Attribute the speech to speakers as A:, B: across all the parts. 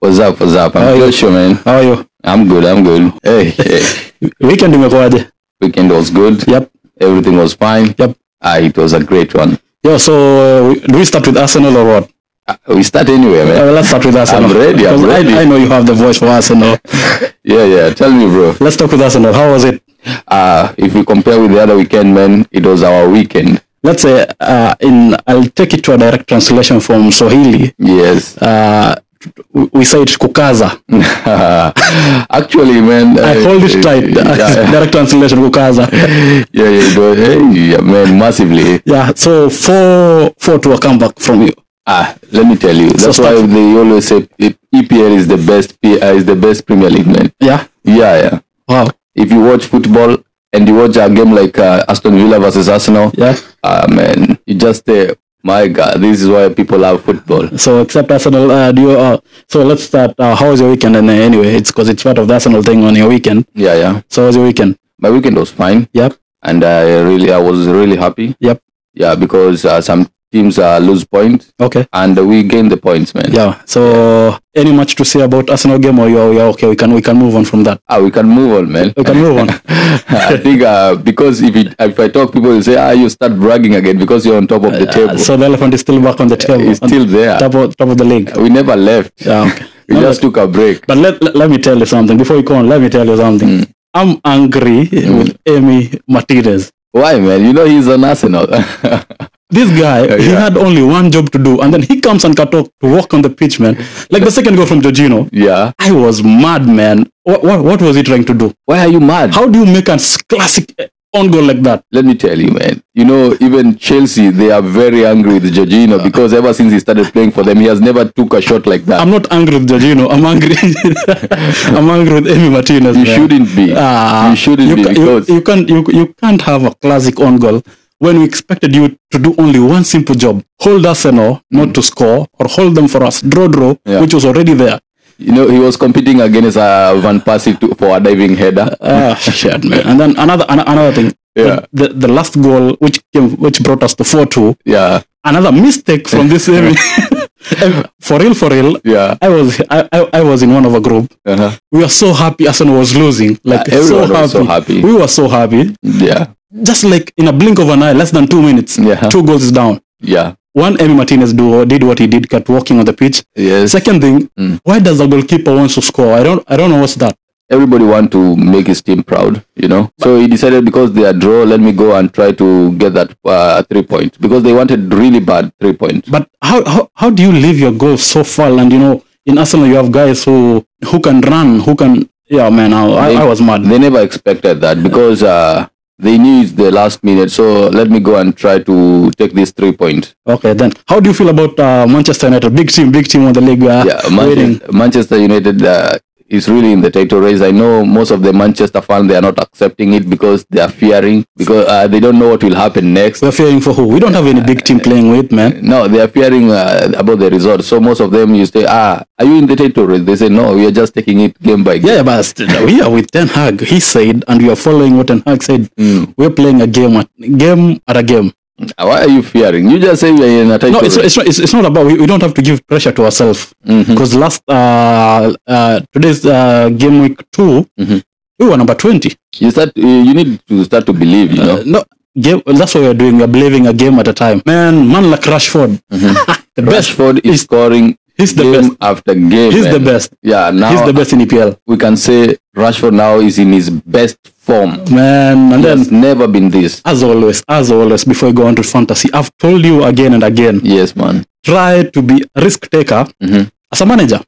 A: What's up, what's up?
B: How
A: I'm
B: are you?
A: Joshua, man.
B: How are you?
A: I'm good, I'm good. Hey, hey.
B: Weekend imekuwaje?
A: Weekend was good.
B: Yep.
A: Everything was fine.
B: Yep.
A: Ah, it was a great one.
B: Yo, so uh, we- do we start with Arsenal or what?
A: Ah, we start anyway, man.
B: Uh, let's start with Arsenal.
A: ready, I'm
B: Because I-
A: ready.
B: I, know you have the voice for Arsenal.
A: Yeah, yeah. Tell me, bro.
B: let's talk with Arsenal. How was it?
A: Uh, if we compare with the other weekend, man, it was our weekend.
B: Let's say uh, in I'll take it to a direct translation from Swahili.
A: Yes.
B: Uh, we we say it kukaza.
A: Actually, man.
B: Ah. I
A: uh,
B: hold it
A: uh,
B: tight.
A: Yeah,
B: direct translation kukaza.
A: yeah, yeah, it was, hey, yeah, man, massively.
B: Yeah, so four four to a comeback from you.
A: Ah, let me tell you. That's
B: start-
A: why they always say E- EPL is the best. P- uh, is the best Premier League, man.
B: Yeah.
A: Yeah, yeah.
B: Wow.
A: if you watch football and you watch a game like uh, Aston Villa versus Arsenal,
B: Yeah.
A: ah man, you just say, my God, this is why people love football.
B: So except Arsenal, uh, do you? Uh, so let's start. Uh, how was your weekend? And uh, anyway, it's because it's part of the Arsenal thing on your weekend.
A: Yeah, yeah.
B: So how was your weekend?
A: My weekend was fine,
B: Yep.
A: and I really, I was really happy.
B: Yep.
A: Yeah, because uh, some teams uh, lose points,
B: Okay.
A: and we gain the points, man.
B: Yeah. So any much to say about Arsenal game or you're, you're okay? We can we can move on from that.
A: Ah, we can move on, man.
B: We can move on.
A: I think uh, because if it, if I talk, people will say, ah, you start bragging again because you're on top of the
B: Uh,
A: table.
B: so the elephant is still back on the table.
A: it's
B: on
A: still there.
B: top of top of the league.
A: We never left.
B: Yeah. Okay.
A: We
B: No,
A: just took a break.
B: But let, let let me tell you something before you go on. Let me tell you something.
A: Hmm.
B: I'm angry with Amy Martinez.
A: Why, man? You know he's an Arsenal.
B: this guy he
A: yeah.
B: had only one job to do and then he comes and Kato to walk on the pitch man like the second goal from Jorginho
A: yeah.
B: I was mad man what, what, what was he trying to do
A: Why are you mad?
B: how do you make a s- classic eh, on goal like that
A: Let me tell you, man. You know, even Chelsea, they are very angry with Jorginho because ever since he started playing for them, he has never took a shot like that.
B: I'm not angry with Jorginho I'm angry I'm angry with Amy Martinez
A: you
B: man.
A: shouldn't be.
B: Ah,
A: you shouldn't
B: you,
A: be
B: ca- you,
A: because
B: you can't you, you can't have a classic on goal when we expected you to do only one simple job hold Arsenal not to score or hold them for us draw draw
A: Mm. Yeah.
B: which was already there
A: you know he was competing against uh, Van Persie to, for a diving header.
B: Ah, shit, man. And then another an- another thing.
A: Yeah.
B: The, the last goal, which came, which brought us to four two,
A: Yeah,
B: another mistake from this. um, um, for real, for real.
A: yeah.
B: I was I, I, I was in one of a group.
A: Uh-huh.
B: We were so happy Arsenal was losing. Like
A: Yeah,
B: so
A: Uh, everyone
B: happy.
A: was so happy.
B: We were so happy.
A: Yeah,
B: Just like in a blink of an eye, less than two minutes,
A: Yeah.
B: two goals down.
A: yeah.
B: One, Emi Martinez do, did what he did, kept walking on the pitch.
A: Yes.
B: Second thing,
A: Mm.
B: why does the goalkeeper wants to score? I don't I don't know what's that.
A: Everybody want to make his team proud, you know. So he decided because they are draw, let me go and try to get that uh, three point because they wanted really bad three point.
B: But how, how how do you leave your goal so far? And you know, in Arsenal, you have guys who who can run, who can. Yeah, man, I, I, I was mad.
A: They never expected that because uh, they knew it's the last minute. So let me go and try to take this three point.
B: Okay, then how do you feel about uh, Manchester United? Big team, big team on the league. Uh,
A: Yeah,
B: waiting.
A: Manchester, Manchester United uh, is really in the title race. I know most of the Manchester fans they are not accepting it because they are fearing because uh, they don't know what will happen next.
B: We're fearing for who? We don't have any big
A: Uh,
B: team playing with, man.
A: No, they are fearing uh, about the result. So most of them you say, ah, are you in the title race? They say no, we are just taking it game by game.
B: Yeah, but still, we are with Ten Hag. He said, and we are following what Ten Hag said. We're playing a game, at, game at a game.
A: Mm. Ah, Why are you fearing? You just say you are in a title
B: No, it's,
A: race.
B: it's, not, it's, it's not about. We, we don't have to give pressure to ourselves
A: Mm-hmm.
B: because last uh, uh, today's uh, game week 2
A: Mm-hmm.
B: we were number twenty. Uh,
A: You start. You you need to start to believe. You know.
B: No, game, that's what we're doing. We're believing a game at a time. Man, man like Rashford, the best.
A: Rashford is scoring
B: he's the
A: Mm-hmm. game
B: best.
A: after game.
B: He's the
A: man.
B: best.
A: Yeah,
B: He's
A: now
B: the best in E EPL.
A: we can say Rashford now is in his best form.
B: Man, and
A: He
B: then
A: has never been this.
B: as always, as always, before you go on to fantasy, I've told you again and again,
A: Yes, man.
B: try to be a risk taker
A: Mhm.
B: as a manager.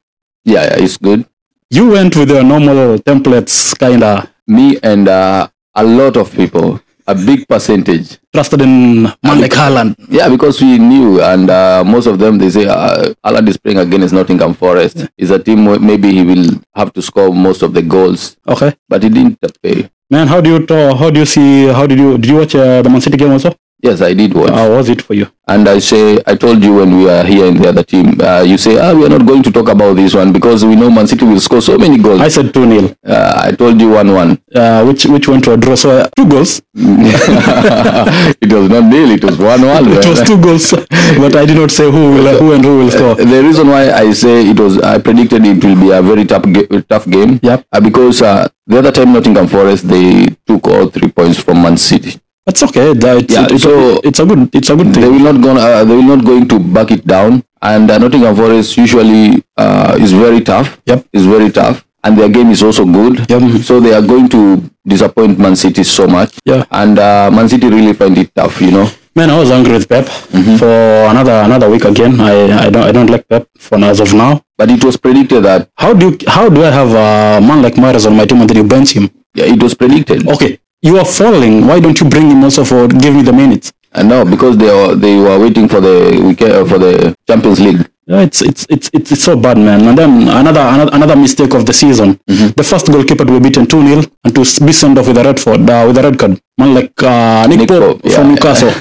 A: Yeah, yeah, it's good.
B: You went with your normal templates, kinda
A: Me and uh, a lot of people, a big percentage.
B: trusted in man like Haaland.
A: Yeah, because we knew, and uh, most of them they say uh, Alan is playing against Nottingham Forest. It's a team where maybe he will have to score most of the goals,
B: Okay,
A: but he didn't pay.
B: man, how do you talk, how do you see? How did you did you watch uh, the Man City game also?
A: Yes, I did watch.
B: How was it for you?
A: and I say, I told you when we are here in the other team, uh, you say, ah, we are not going to talk about this one because we know Man City will score so many goals.
B: I said 2 0.
A: uh, I told you 1 1.
B: Uh, which which went to a draw. So uh, two goals.
A: it was not nil, it was 1 1.
B: It was two goals, but I did not say who will who and who will score.
A: The reason why I say it was, I predicted it will be a very tough, ga- tough game
B: Yep.
A: uh, because uh, the other time Nottingham Forest they took all three points from Man City.
B: That's okay. That, it's,
A: Yeah,
B: it- it's,
A: so-
B: it's a good it's a good
A: They
B: thing.
A: will not go. Uh, they will not going to back it down. And uh, Nottingham Forest usually uh, is very tough.
B: Yep.
A: is very tough, and their game is also good.
B: Yep. Mm-hmm.
A: So they are going to disappoint Man City so much.
B: Yeah.
A: And uh, Man City really find it tough, you know.
B: Man, I was angry with Pep
A: Mm-hmm.
B: for another another week again. I, I don't I don't like Pep for now as of now.
A: But it was predicted that
B: How do you, how do I have a man like Mares on my team and then you bench him?
A: yeah, it was predicted.
B: Okay, you are falling. Why don't you bring him also for give me the minutes?
A: And now Uh, because they are, they were waiting for the weekend uh, for the Champions League.
B: Yeah, it's it's it's it's, it's so bad, man. And then another another, another mistake of the season.
A: Mm-hmm.
B: The first goalkeeper to be beaten two 0 and to be sent off with a red for uh, with a red card. Man like uh, Nick,
A: Nick
B: Pope,
A: Pope, yeah,
B: from
A: yeah.
B: Newcastle,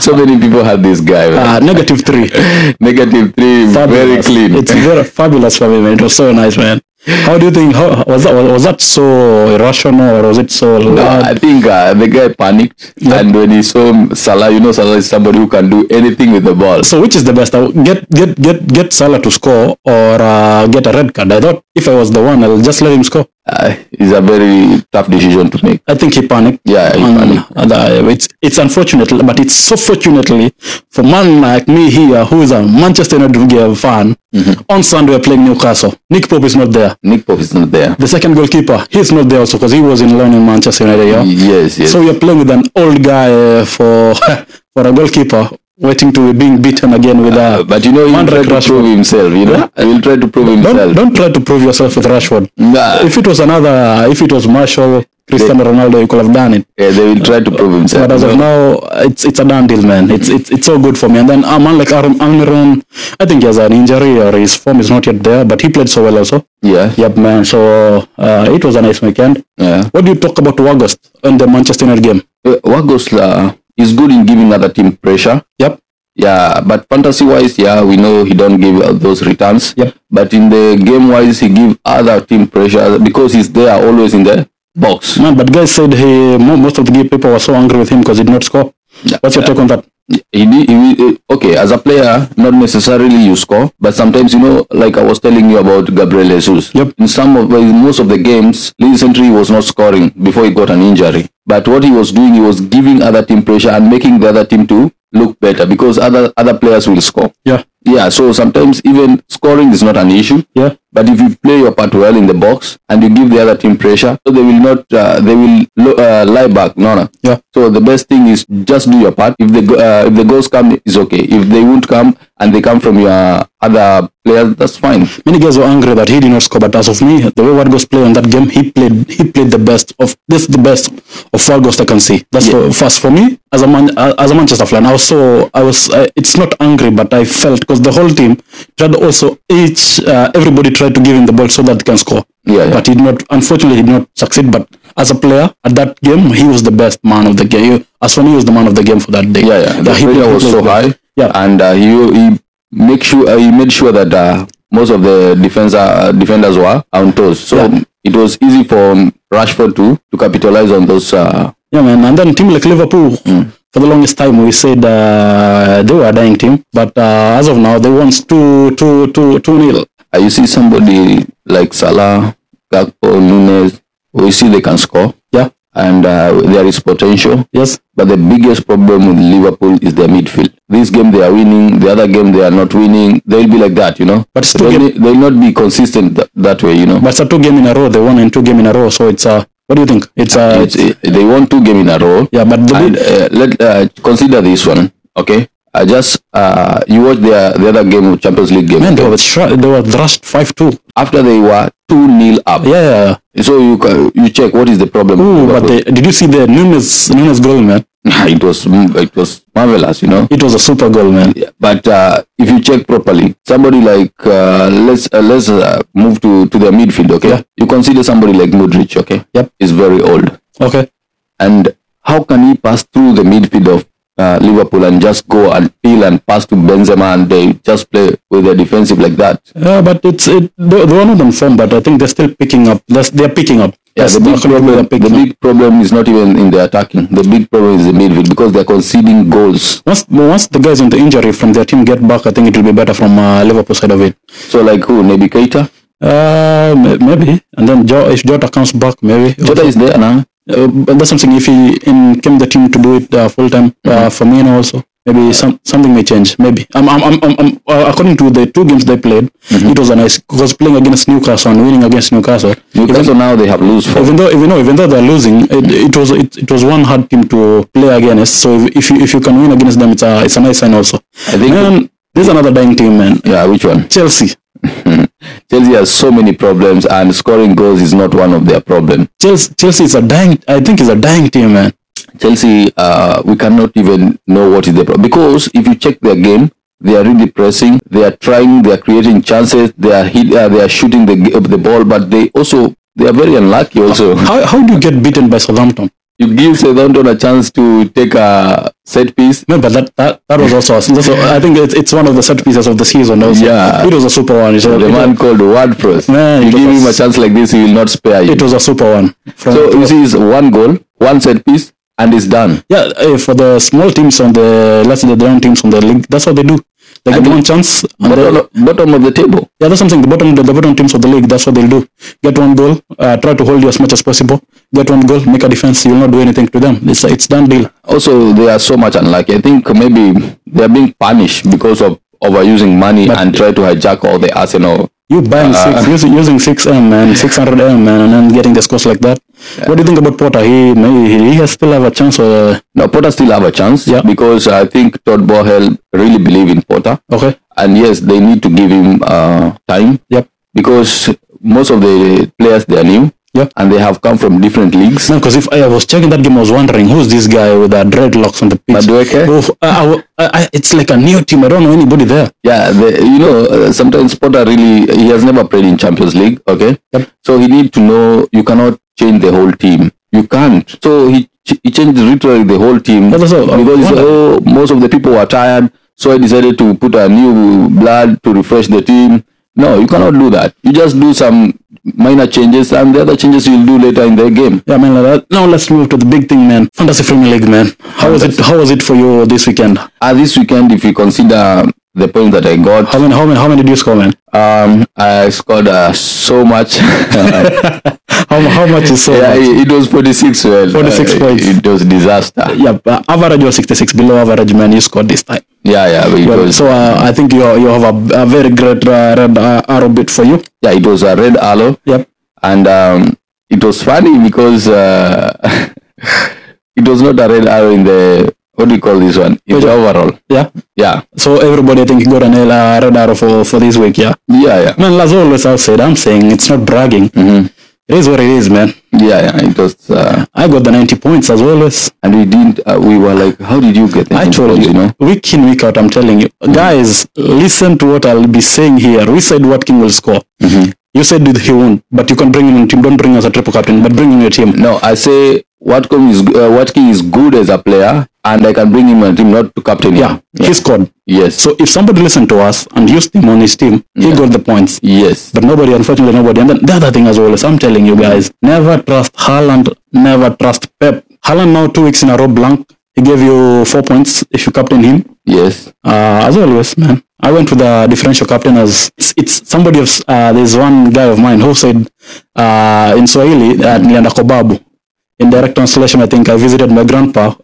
A: so many people had this guy. man.
B: uh, negative three.
A: Negative three, very
B: Fabulous.
A: clean.
B: It's very fabulous for me, man. It was so nice, man. How do you think? How was that? Was that so irrational, or was it so?
A: No,
B: loud?
A: I think uh, the guy panicked, and when he saw Salah, you know, Salah is somebody who can do anything with the ball.
B: So which is the best? Uh, Get get get get Salah to score or uh, get a red card? I thought if I was the one, I'll just let him score.
A: Uh, it's a very tough decision to make.
B: I think he panicked.
A: Yeah, he
B: And,
A: panicked.
B: and, uh, it's it's unfortunate, but it's so fortunately for man like me here, who is a Manchester United fan.
A: Mm-hmm.
B: On Sunday we're playing Newcastle. Nick Pope is not there.
A: Nick Pope is not there.
B: The second goalkeeper, he's not there also because he was in loan in Manchester United. Yeah?
A: Yes, yes.
B: So you're playing with an old guy uh, for for a goalkeeper waiting to be being beaten again with a.
A: Uh, but you know, he'll
B: Mandrake
A: try to
B: Rashford.
A: prove himself. You know, he'll try to prove
B: Don't,
A: himself.
B: don't try to prove yourself with Rashford.
A: Nah,
B: If it was another, if it was Marshall, Cristiano Ronaldo, you could have done it.
A: yeah, they will try to prove himself.
B: But as of now, it's it's a done deal, man. It's it's it's so good for me. And then a man like Aaron Almiron, I think he has an injury or his form is not yet there, but he played so well also.
A: yeah,
B: Yep, man. So uh, it was a nice weekend.
A: yeah.
B: What do you talk about August and the Manchester United game?
A: Uh, Wagosla is good in giving other team pressure.
B: Yep.
A: Yeah, but fantasy wise, yeah, we know he don't give out those returns.
B: Yep.
A: But in the game wise, he give other team pressure because he's there always in the box.
B: Man, but guys said he mo- most of the people were so angry with him because he did not score.
A: Yeah.
B: What's your take on that?
A: he, did- he, he okay as a player not necessarily you score but sometimes you know like i was telling you about gabriel jesus
B: Yep.
A: in some of in most of the games recently he was not scoring before he got an injury but what he was doing he was giving other team pressure and making the other team to look better because other other players will score
B: Yeah,
A: yeah so sometimes even scoring is not an issue
B: yeah.
A: but if you play your part well in the box and you give the other team pressure, so they will not, uh, they will lo- uh, lie back. No, no.
B: Yeah.
A: So the best thing is just do your part. If the go- uh, if the goals come, it's okay. If they won't come and they come from your other players, that's fine.
B: Many guys were angry that he did not score, but as of me, the way Vargas played on that game, he played he played the best of this the best of Vargas I can see. That's for, first for me as a man uh, as a Manchester fan. I was so I was uh, it's not angry, but I felt because the whole team tried also each uh, everybody tried to give him the ball so that he can score.
A: Yeah, yeah.
B: but he did not. Unfortunately, he did not succeed. But as a player at that game, he was the best man of the game. He- As for me, he was the man of the game for that day.
A: Yeah, yeah. The
B: he
A: pressure
B: played-
A: was
B: he
A: so
B: played well.
A: high.
B: Yeah.
A: And uh, he he make sure uh, he made sure that uh, most of the defense uh, defenders were on toes. So
B: Yeah.
A: it was easy for Rashford to to capitalize on those. Uh,
B: Yeah, man. And then team like Liverpool,
A: Hmm.
B: for the longest time, we said uh, they were a dying team, but uh, as of now, they won two, two, two, two nil.
A: uh, you see somebody like Salah, Gakpo, Nunes, we see they can score
B: Yeah.
A: and uh, there is potential.
B: Yes.
A: But the biggest problem with Liverpool is their midfield. This game they are winning, the other game they are not winning. They'll be like that, you know.
B: But it's two
A: They'll,
B: game,
A: they'll not be consistent th- that way, you know.
B: but it's a two game in a row. They won in two game in a row. So it's uh, what do you think? It's uh,
A: It's, it, they won two game in a row.
B: yeah, but the
A: And uh, let uh, consider this one, okay? I just uh, you watch their the other game, of Champions League game.
B: man, they were shra- they were thrashed five two.
A: After they were two 0 up,
B: Yeah, yeah.
A: so you ca- you check what is the problem. with
B: Ooh,
A: Liverpool.
B: but they, did you see the Nunes Nunes goal, man?
A: Ah, it was mm, it was marvelous, you know.
B: It was a super goal, man.
A: But uh, if you check properly, somebody like uh, let's uh, let's uh, move to to the midfield, okay?
B: Yeah.
A: You consider somebody like Modric, okay?
B: Yep.
A: He's very old,
B: Okay.
A: and how can he pass through the midfield of uh, Liverpool and just go and peel and pass to Benzema and they just play with their defensive like that.
B: Yeah, but it's it, they, they were not on form, but I think they're still picking up. They're, they're picking up.
A: Yeah,
B: That's
A: the, big
B: actually what they're
A: problem, the
B: picking up.
A: big problem is not even in the attacking. The big problem is the midfield because they're conceding goals.
B: Once once the guys on the injury from their team get back, I think it will be better from uh, Liverpool side of it.
A: So like who? Naby Keita?
B: Uh, may- maybe, and then jo- if Jota comes back, maybe.
A: Jota is there now.
B: Uh, but that's something. If he in came the team to do it uh, full time, uh, Firmino also maybe some something may change. Maybe I'm, I'm, I'm, I'm, I'm- uh, according to the two games they played, it was a nice because playing against Newcastle and winning against Newcastle.
A: Newcastle now they have lose four.
B: Even though even though even though they're losing, it, it was it, it was one hard team to play against. So if, if you if you can win against them, it's a it's a nice sign also.
A: I think-
B: Man, there's another dying team, man.
A: Yeah, which one?
B: Chelsea.
A: Chelsea has so many problems and scoring goals is not one of their problems.
B: Chelsea Chelsea is a dying. I think it's a dying team, man.
A: Chelsea, uh, we cannot even know what is the problem because if you check their game, they are really pressing. They are trying. They are creating chances. They are hit, uh, They are shooting the g- the ball, but they also they are very unlucky. Also,
B: How how do you get beaten by Southampton?
A: you give Southampton a chance to take a set piece.
B: No, but that, that, that was also, that's also- I think it's, it's one of the set pieces of the season also.
A: Yeah.
B: It was a super one. It was,
A: The
B: it,
A: man called WordPress.
B: Man,
A: you
B: it
A: give
B: was-
A: him a chance like this, he will not spare you.
B: it was a super one. From,
A: So you see, it's one goal, one set piece, and it's done.
B: yeah, eh, for the small teams on the, let's say the down teams on the league, that's what they do. They get one chance. And they,
A: Bottom, bottom of the table.
B: yeah, that's something. The bottom, the bottom teams of the league, that's what they'll do. Get one goal, uh, try to hold you as much as possible. Get one goal, make a defense. You'll not do anything to them. It's a, it's done deal.
A: also they are so much unlucky. I think maybe they're being punished because of overusing money and try to hijack all the arsenal.
B: You buying
A: Uh,
B: six, using, using six M man, six hundred M man, and then getting the scores like that. What do you think about Potter? He may he has still have a chance. Uh,
A: Now Potter still have a chance
B: Yeah.
A: because I think Todd Bohel really believe in Potter,
B: okay.
A: and yes, they need to give him uh, time
B: Yep.
A: because most of the players they are new
B: Yep.
A: and they have come from different leagues.
B: No, because if I was checking that game, I was wondering who's this guy with the dreadlocks on the pitch.
A: Madueke?
B: Oh, I- I w- I- I- it's like a new team. I don't know anybody there.
A: Yeah, the, you know, uh, sometimes Potter really he has never played in Champions League. Okay,
B: Yep.
A: so he need to know you cannot change the whole team. You can't. So he ch- he changed literally the whole team
B: But also, I
A: because he said, oh,
B: wonder-
A: most of the people were tired, so I decided to put a new blood to refresh the team. No, you cannot do that. You just do some minor changes, and the other changes you'll do later in the game.
B: Yeah, man. Like that. Now let's move to the big thing, man. Fantasy Premier League, man. How was it? How was it for you this weekend?
A: Uh, this weekend, if you consider the points that I got,
B: How many? How many? How many did you score, man?
A: um, I scored uh, so much.
B: How, how much is so?
A: Yeah,
B: much?
A: it, it was 46 well,
B: 46
A: uh,
B: points.
A: It was disaster.
B: yeah but uh, average was sixty six, below average, man. You scored this time.
A: Yeah, yeah, but it
B: Well,
A: was
B: so uh, I think you you have a, a very great uh, red uh, arrow bit for you.
A: yeah, it was a red aloe,
B: Yep.
A: and um, it was funny because uh, it was not a red arrow in the what do you call this one? In the overall,
B: Yeah.
A: yeah,
B: So everybody, I think, got an L, uh, red arrow for, for this week. Yeah.
A: yeah, yeah,
B: Man, as always, I've said, I'm saying it's not bragging.
A: Mhm.
B: It is what it is, man.
A: yeah, yeah. It was, uh,
B: I got the 90 points as always.
A: and we didn't. Uh, we were like, how did you get? the
B: I told
A: inputs,
B: Mm-hmm. you, Mm-hmm.
A: know.
B: week in, week out, I'm telling you. Guys, listen to what I'll be saying here. We said what King will score. You said that he won't, but you can bring in your team. Don't bring us a triple captain, but bring in your team.
A: No, I say Watcom is uh, Watkin is good as a player, and I can bring him and team not to captain. him.
B: Yeah, he scored.
A: Yes.
B: So if somebody listened to us and used him on his team, he got the points.
A: yes.
B: But nobody, unfortunately, nobody. And then the other thing as well is I'm telling you guys, never trust Haaland, never trust Pep. Haaland now two weeks in a row blank. He gave you four points if you captain him.
A: Yes.
B: Uh, as always, man. I went with the differential captain as it's, it's somebody of uh, there's one guy of mine who said uh, in Swahili that nilienda kwa babu. In direct translation, I think I visited my grandpa,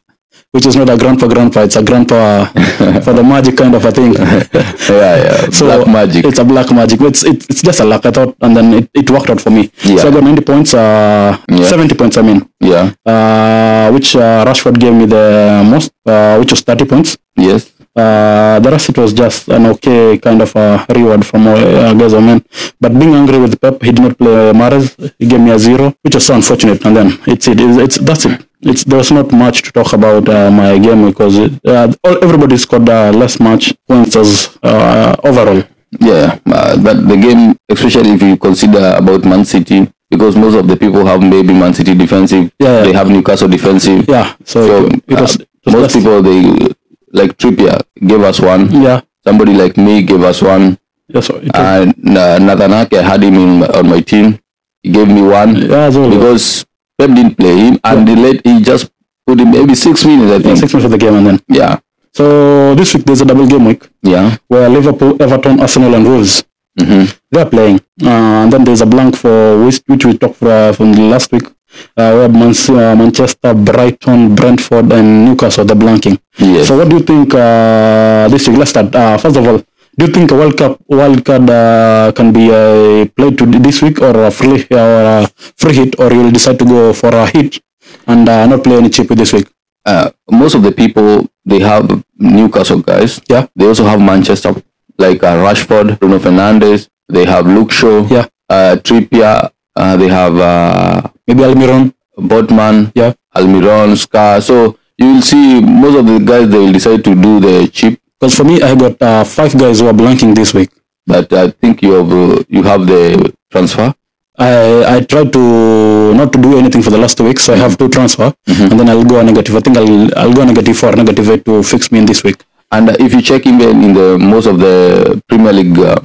B: which is not a grandpa grandpa, it's a grandpa uh, for the magic kind of a thing.
A: Yeah, yeah.
B: So
A: Black magic.
B: It's a black magic. It's it's, it's just a luck. I thought, and then it, it worked out for me.
A: Yeah.
B: So I got 90 points. Uh,
A: Yeah.
B: 70 points. I mean,
A: Yeah.
B: uh, which uh, Rashford gave me the most, uh, which was 30 points.
A: Yes.
B: Uh, the rest it was just an okay kind of a reward from uh, guys or men. But being angry with Pep, he did not play Mares. He gave me a zero, which was so unfortunate. And then it's it. It's, it's that's it. It's there's not much to talk about uh, my game because it, uh, all, everybody scored uh, less much points as uh, overall.
A: Yeah, uh, that the game, especially if you consider about Man City, because most of the people have maybe Man City defensive,
B: Yeah, yeah.
A: they have Newcastle defensive.
B: Yeah, so,
A: So,
B: it, it
A: uh,
B: was
A: Most people they like Trippier gave us one.
B: Yeah.
A: Somebody like me gave us one.
B: Yes. It,
A: And uh, Nathan Ake, I had him in my, on my team. He gave me one
B: yeah. As well.
A: because Pep didn't play him, and he let he just put him maybe six minutes. I
B: yeah,
A: think.
B: six minutes of the game and then.
A: Yeah,
B: So this week there's a double game week
A: yeah.
B: where Liverpool, Everton, Arsenal, and Wolves
A: hmm
B: they're playing. Uh, and then there's a blank for which, which we talked uh, from the last week. Uh, where Man- uh, Manchester, Brighton, Brentford, and Newcastle they're blanking.
A: Yes.
B: So what do you think uh, this week? Let's start. Uh, first of all, do you think a World Cup World Cup uh, can be uh, played to this week or a free uh, or a free hit, or you'll decide to go for a hit and uh, not play any cheap this week?
A: uh, most of the people they have Newcastle guys.
B: Yeah.
A: They also have Manchester, like uh, Rashford, Bruno Fernandes. They have Luke Shaw.
B: Yeah.
A: Uh, Trippier. Uh, they have uh,
B: Maybe Almiron.
A: Botman.
B: Yeah.
A: Almiron, Scar. So you will see most of the guys they will decide to do the cheap.
B: Because for me, I got uh, five guys who are blanking this week.
A: But I think you have uh, you have the transfer.
B: I I tried to not to do anything for the last two weeks, so I have two transfer, and then I'll go a negative. I think I'll I'll go a negative four, negative eight to fix me in this week.
A: And uh, if you check even in the most of the Premier League uh,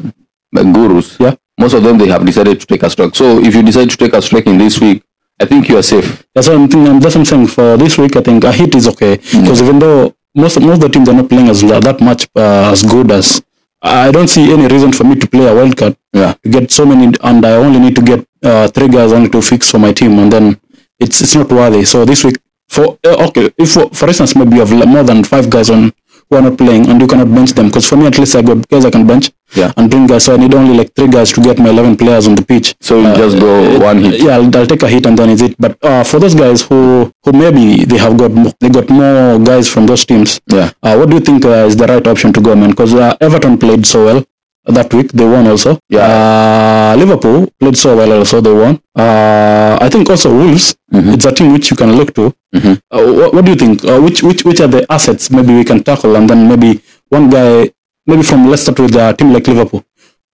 A: gurus,
B: Yeah.
A: most of them they have decided to take a strike. So if you decide to take a strike in this week, I think you are safe.
B: That's what I'm thinking. That's what I'm saying for this week. I think a hit is okay
A: Mm.
B: because even though most most of the teams are not playing as that much uh, as good as I don't see any reason for me to play a wild card
A: Yeah.
B: to get so many, and I only need to get uh, three guys only to fix for my team, and then it's it's not worthy. So this week, for uh, okay, if for, for instance maybe you have l- more than five guys on who are not playing and you cannot bench them, because for me at least I got guys I can bench
A: Yeah.
B: and bring guys, so I need only like three guys to get my eleven players on the pitch. Uh,
A: So you just go one hit.
B: Yeah, I'll, I'll take a hit and then is it. But uh, for those guys who who maybe they have got mo- they got more guys from those teams.
A: Yeah.
B: Uh, what do you think uh, is the right option to go, man? Because uh, Everton played so well that week, they won also. Uh, Liverpool played so well also, they won. Uh, I think also Wolves. It's a team which you can look to.
A: Mhm.
B: Uh, what, what do you think? Uh, which which which are the assets maybe we can tackle, and then maybe one guy maybe from let's start with a team like Liverpool.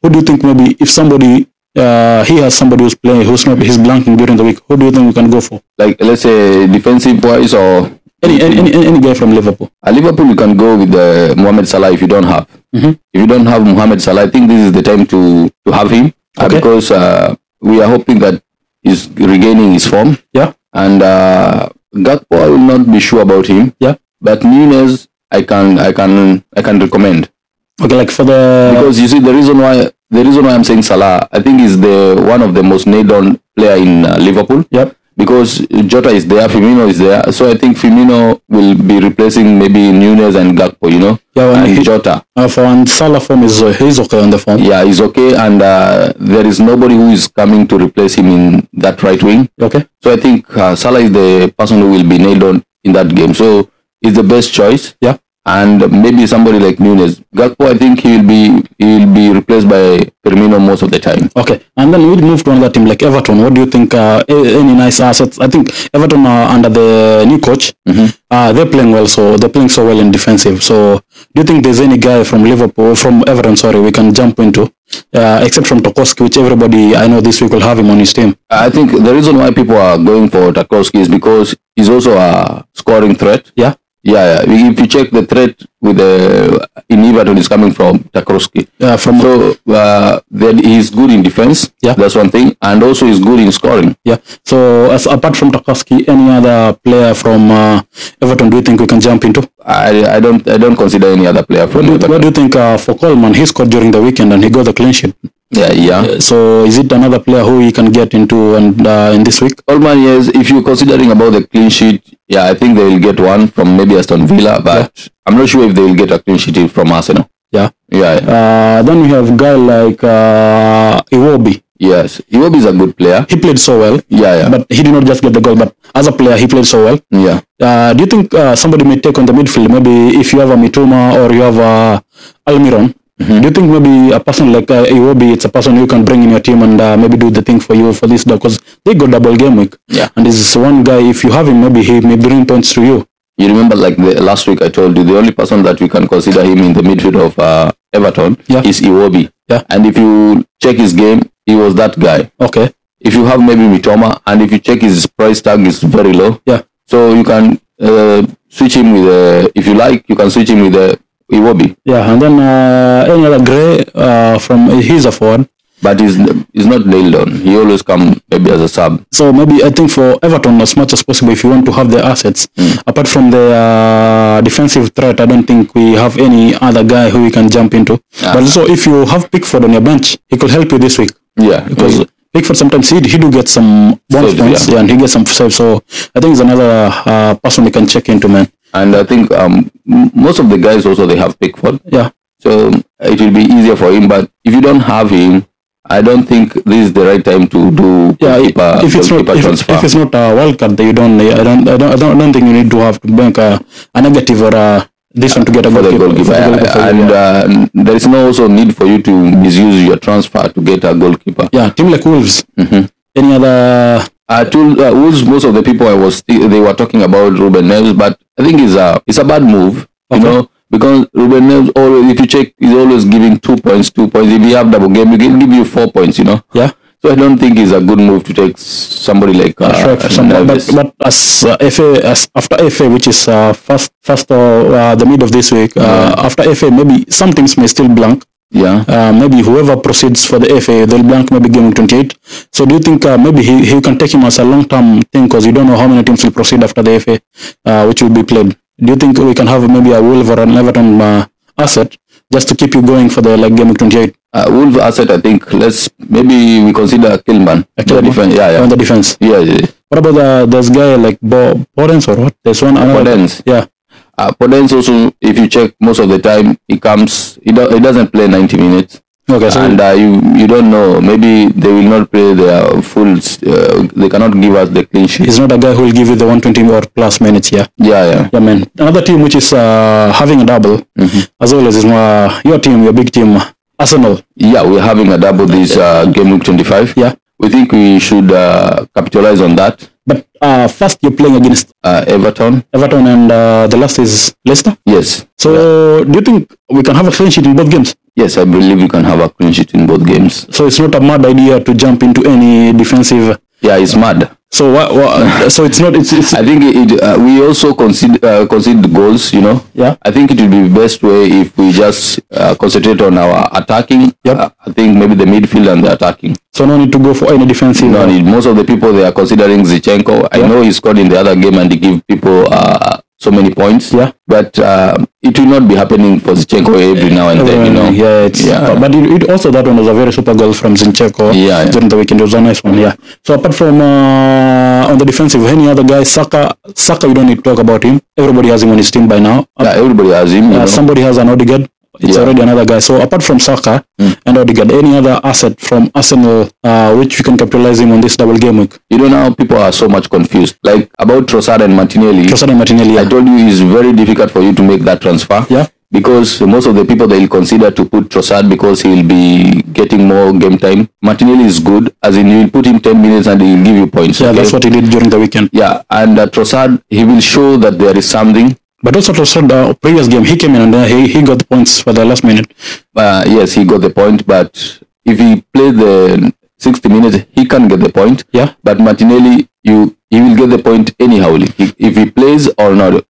B: Who do you think maybe if somebody uh, he has somebody who's playing who's not he's blanking during the week? Who do you think we can go for?
A: Like let's say defensive wise or
B: Any any any, any guy from Liverpool?
A: at Liverpool you can go with uh, Mohamed Salah if you don't have.
B: Mhm.
A: If you don't have Mohamed Salah, I think this is the time to to have him uh,
B: Okay.
A: because uh, we are hoping that he's regaining his form
B: Yeah,
A: and uh, Gakpo I will not be sure about him.
B: yeah.
A: But Nunes I can I can I can recommend
B: Okay, like for the
A: because you see the reason why the reason why I'm saying Salah I think is the one of the most nailed on player in uh, Liverpool.
B: yep.
A: because Jota is there, Firmino is there. So I think Firmino will be replacing maybe Nunes and Gakpo, you know,
B: Yeah, well,
A: and
B: he-
A: Jota.
B: Uh, for and Salah form is uh, he's okay on the form.
A: Yeah, he's okay, and uh, there is nobody who is coming to replace him in that right wing.
B: Okay.
A: So I think uh, Salah is the person who will be nailed on in that game. So he's the best choice,
B: Yeah.
A: and maybe somebody like Nunes. Gakpo, I think he will be he will be replaced by Firmino most of the time.
B: Okay, and then we'll move to another team like Everton. What do you think? Uh, a- any nice assets? I think Everton are under the new coach. Uh, they're playing well, so they're playing so well in defensive. So, do you think there's any guy from Liverpool, from Everton, sorry, we can jump into, uh, except from Tokoski, which everybody I know this week will have him on his team?
A: I think the reason why people are going for Tarkovsky is because he's also a scoring threat.
B: Yeah,
A: Yeah, yeah. If you check the threat with the in Everton is coming from Tarkowski.
B: uh, from
A: So uh, that he's good in defense.
B: Yeah.
A: that's one thing, and also he's good in scoring.
B: yeah. So, as, apart from Tokoski, any other player from uh, Everton do you think we can jump into?
A: I, I don't I don't consider any other player from Everton.
B: What do you think uh, for Coleman? He scored during the weekend and he got the clean sheet.
A: Yeah, yeah.
B: So is it another player who he can get into and uh, in this week?
A: Coleman, yes. If you're considering about the clean sheet, yeah, I think they will get one from maybe Aston Villa, but I'm not sure if they will get a clean sheet from Arsenal.
B: Yeah.
A: Yeah, yeah.
B: Uh, then we have guy like uh, Iwobi.
A: yes. Iwobi is a good player.
B: He played so well,
A: Yeah, yeah,
B: but he did not just get the goal. But as a player, he played so well.
A: yeah.
B: Uh, do you think uh, somebody may take on the midfield? Maybe if you have a Mitoma or you have a Almiron.
A: Mm-hmm.
B: Do you think maybe a person like uh, Iwobi, it's a person you can bring in your team and uh, maybe do the thing for you for this because they got double game week.
A: Yeah.
B: And this is one guy. If you have him, maybe he may bring points to you.
A: You remember, like the last week, I told you the only person that we can consider him in the midfield of uh, Everton
B: Yeah.
A: is Iwobi.
B: Yeah.
A: And if you check his game, he was that guy.
B: Okay.
A: If you have maybe Mitoma, and if you check his price tag is very low,
B: Yeah.
A: so you can uh, switch him with, uh, if you like, you can switch him with uh, Iwobi.
B: Yeah, and then uh, any other Gray uh, from he's a forward.
A: But he's, he's not nailed on. He always come maybe as a sub.
B: So maybe I think for Everton, as much as possible, if you want to have the assets,
A: Hmm.
B: apart from the uh, defensive threat, I don't think we have any other guy who we can jump into. But so if you have Pickford on your bench, he could help you this week
A: Yeah,
B: because
A: because
B: Pickford sometimes he, he do get some bonus
A: Hmm. Saves,
B: points,
A: yeah.
B: yeah, and he gets some saves. So I think he's another uh, person we can check into, man.
A: and I think um, m- most of the guys also they have Pickford,
B: Yeah,
A: so it will be easier for him. But if you don't have him, I don't think this is the right time to do
B: yeah. i-
A: goalkeeper,
B: if it's not
A: goalkeeper
B: if,
A: transfer.
B: if it's not a wild card, then you don't. I don't. I don't. I don't, I don't think you need to have to bank a, a negative or a, this one to get a
A: for the goalkeeper,
B: goalkeeper. for the
A: yeah.
B: goalkeeper, yeah.
A: and uh, n- there is no also need for you to misuse your transfer to get a goalkeeper.
B: yeah, team like Wolves.
A: Mm-hmm.
B: Any other?
A: Uh, to, uh, Wolves, most of the people I was th- they were talking about Ruben Neves, but I think it's a it's a bad move, you
B: Okay.
A: know, because Ruben Neves always, if you check, is always giving two points, two points. If you have double game, he can give you four points, you know.
B: Yeah.
A: So I don't think it's a good move to take s- somebody like uh,
B: Sure, some- but,
A: Neves.
B: but as uh, FA as after FA, which is uh, first first or uh, the mid of this week, uh, after FA, maybe some teams may still blank.
A: yeah.
B: Uh, maybe whoever proceeds for the FA, they'll blank maybe game 28. So do you think uh, maybe he, he can take him as a long term thing because you don't know how many teams will proceed after the FA, uh, which will be played. Do you think we can have maybe a Wolves or an Everton uh, asset just to keep you going for the like game 28
A: Uh, Wolves asset, I think. Let's maybe we consider Kilman.
B: A
A: The
B: Kilman?
A: defense, yeah, yeah,
B: on the defense?
A: yeah. yeah.
B: What about the, this guy like Bo Podence or what? There's one another.
A: Podence.
B: Yeah.
A: Uh, Podence also, if you check, most of the time he comes, he, do, he doesn't play 90 minutes,
B: Okay. So
A: and uh, you you don't know. Maybe they will not play their full. s- Uh, they cannot give us the clean sheet.
B: he's not a guy who will give you the 120 or plus minutes. Yeah.
A: Yeah, yeah, Mm-hmm.
B: Yeah, man. Another team which is uh, having a double, as always, is uh, your team, your big team, Arsenal.
A: yeah. We're having a double this uh, game week 25.
B: Yeah.
A: we think we should uh, capitalize on that.
B: But uh, first, you're playing against
A: Uh, Everton,
B: Everton, and uh, the last is Leicester.
A: yes,
B: So, do you think we can have a clean sheet in both games?
A: yes. I believe we can have a clean sheet in both games.
B: So it's not a mad idea to jump into any defensive.
A: Yeah, it's mad.
B: So what? what so it's not. It's, it's
A: I think it, uh, we also concede uh, concede goals. You know.
B: Yeah.
A: I think it will be best way if we just uh, concentrate on our attacking.
B: Yep.
A: Uh, I think maybe the midfield and the attacking.
B: so no need to go for any defensive.
A: No need. Most of the people they are considering Zichenko. I know he scored in the other game and he give people uh, so many points.
B: Yeah.
A: But uh, it will not be happening for Zichenko every now and then. You know.
B: Yeah, it's,
A: Yeah.
B: But, but it, it also that one was a very super goal from Zinchenko
A: Yeah, yeah.
B: during the weekend. It was a nice one. Yeah. So apart from uh, on the defensive, any other guy, Saka, Saka, we don't need to talk about him. Everybody has him on his team by now. Uh,
A: Yeah, everybody has him. You
B: uh,
A: know.
B: somebody has an Odegaard. It's
A: Yeah. Hmm.
B: already another guy. So apart from Saka and Odegaard, any other asset from Arsenal uh, which you can capitalize him on this double game week?
A: you know now people are so much confused. Like about Trossard and Martinelli.
B: Trossard and Martinelli.
A: I
B: Yeah.
A: told you it's very difficult for you to make that transfer.
B: Yeah.
A: Because most of the people they'll consider to put Trossard because he'll be getting more game time. Martinelli is good, as in you'll put him 10 minutes and he'll give you points.
B: Yeah,
A: okay?
B: that's what he did during the weekend.
A: Yeah, and uh, Trossard, he will show that there is something.
B: But also Trossard, uh, previous game, he came in and uh, he, he got the points for the last minute.
A: Uh, yes, he got the point, but if he play the 60 minutes, he can get the point.
B: Yeah.
A: But Martinelli, you he will get the point anyhow. If if he plays or not,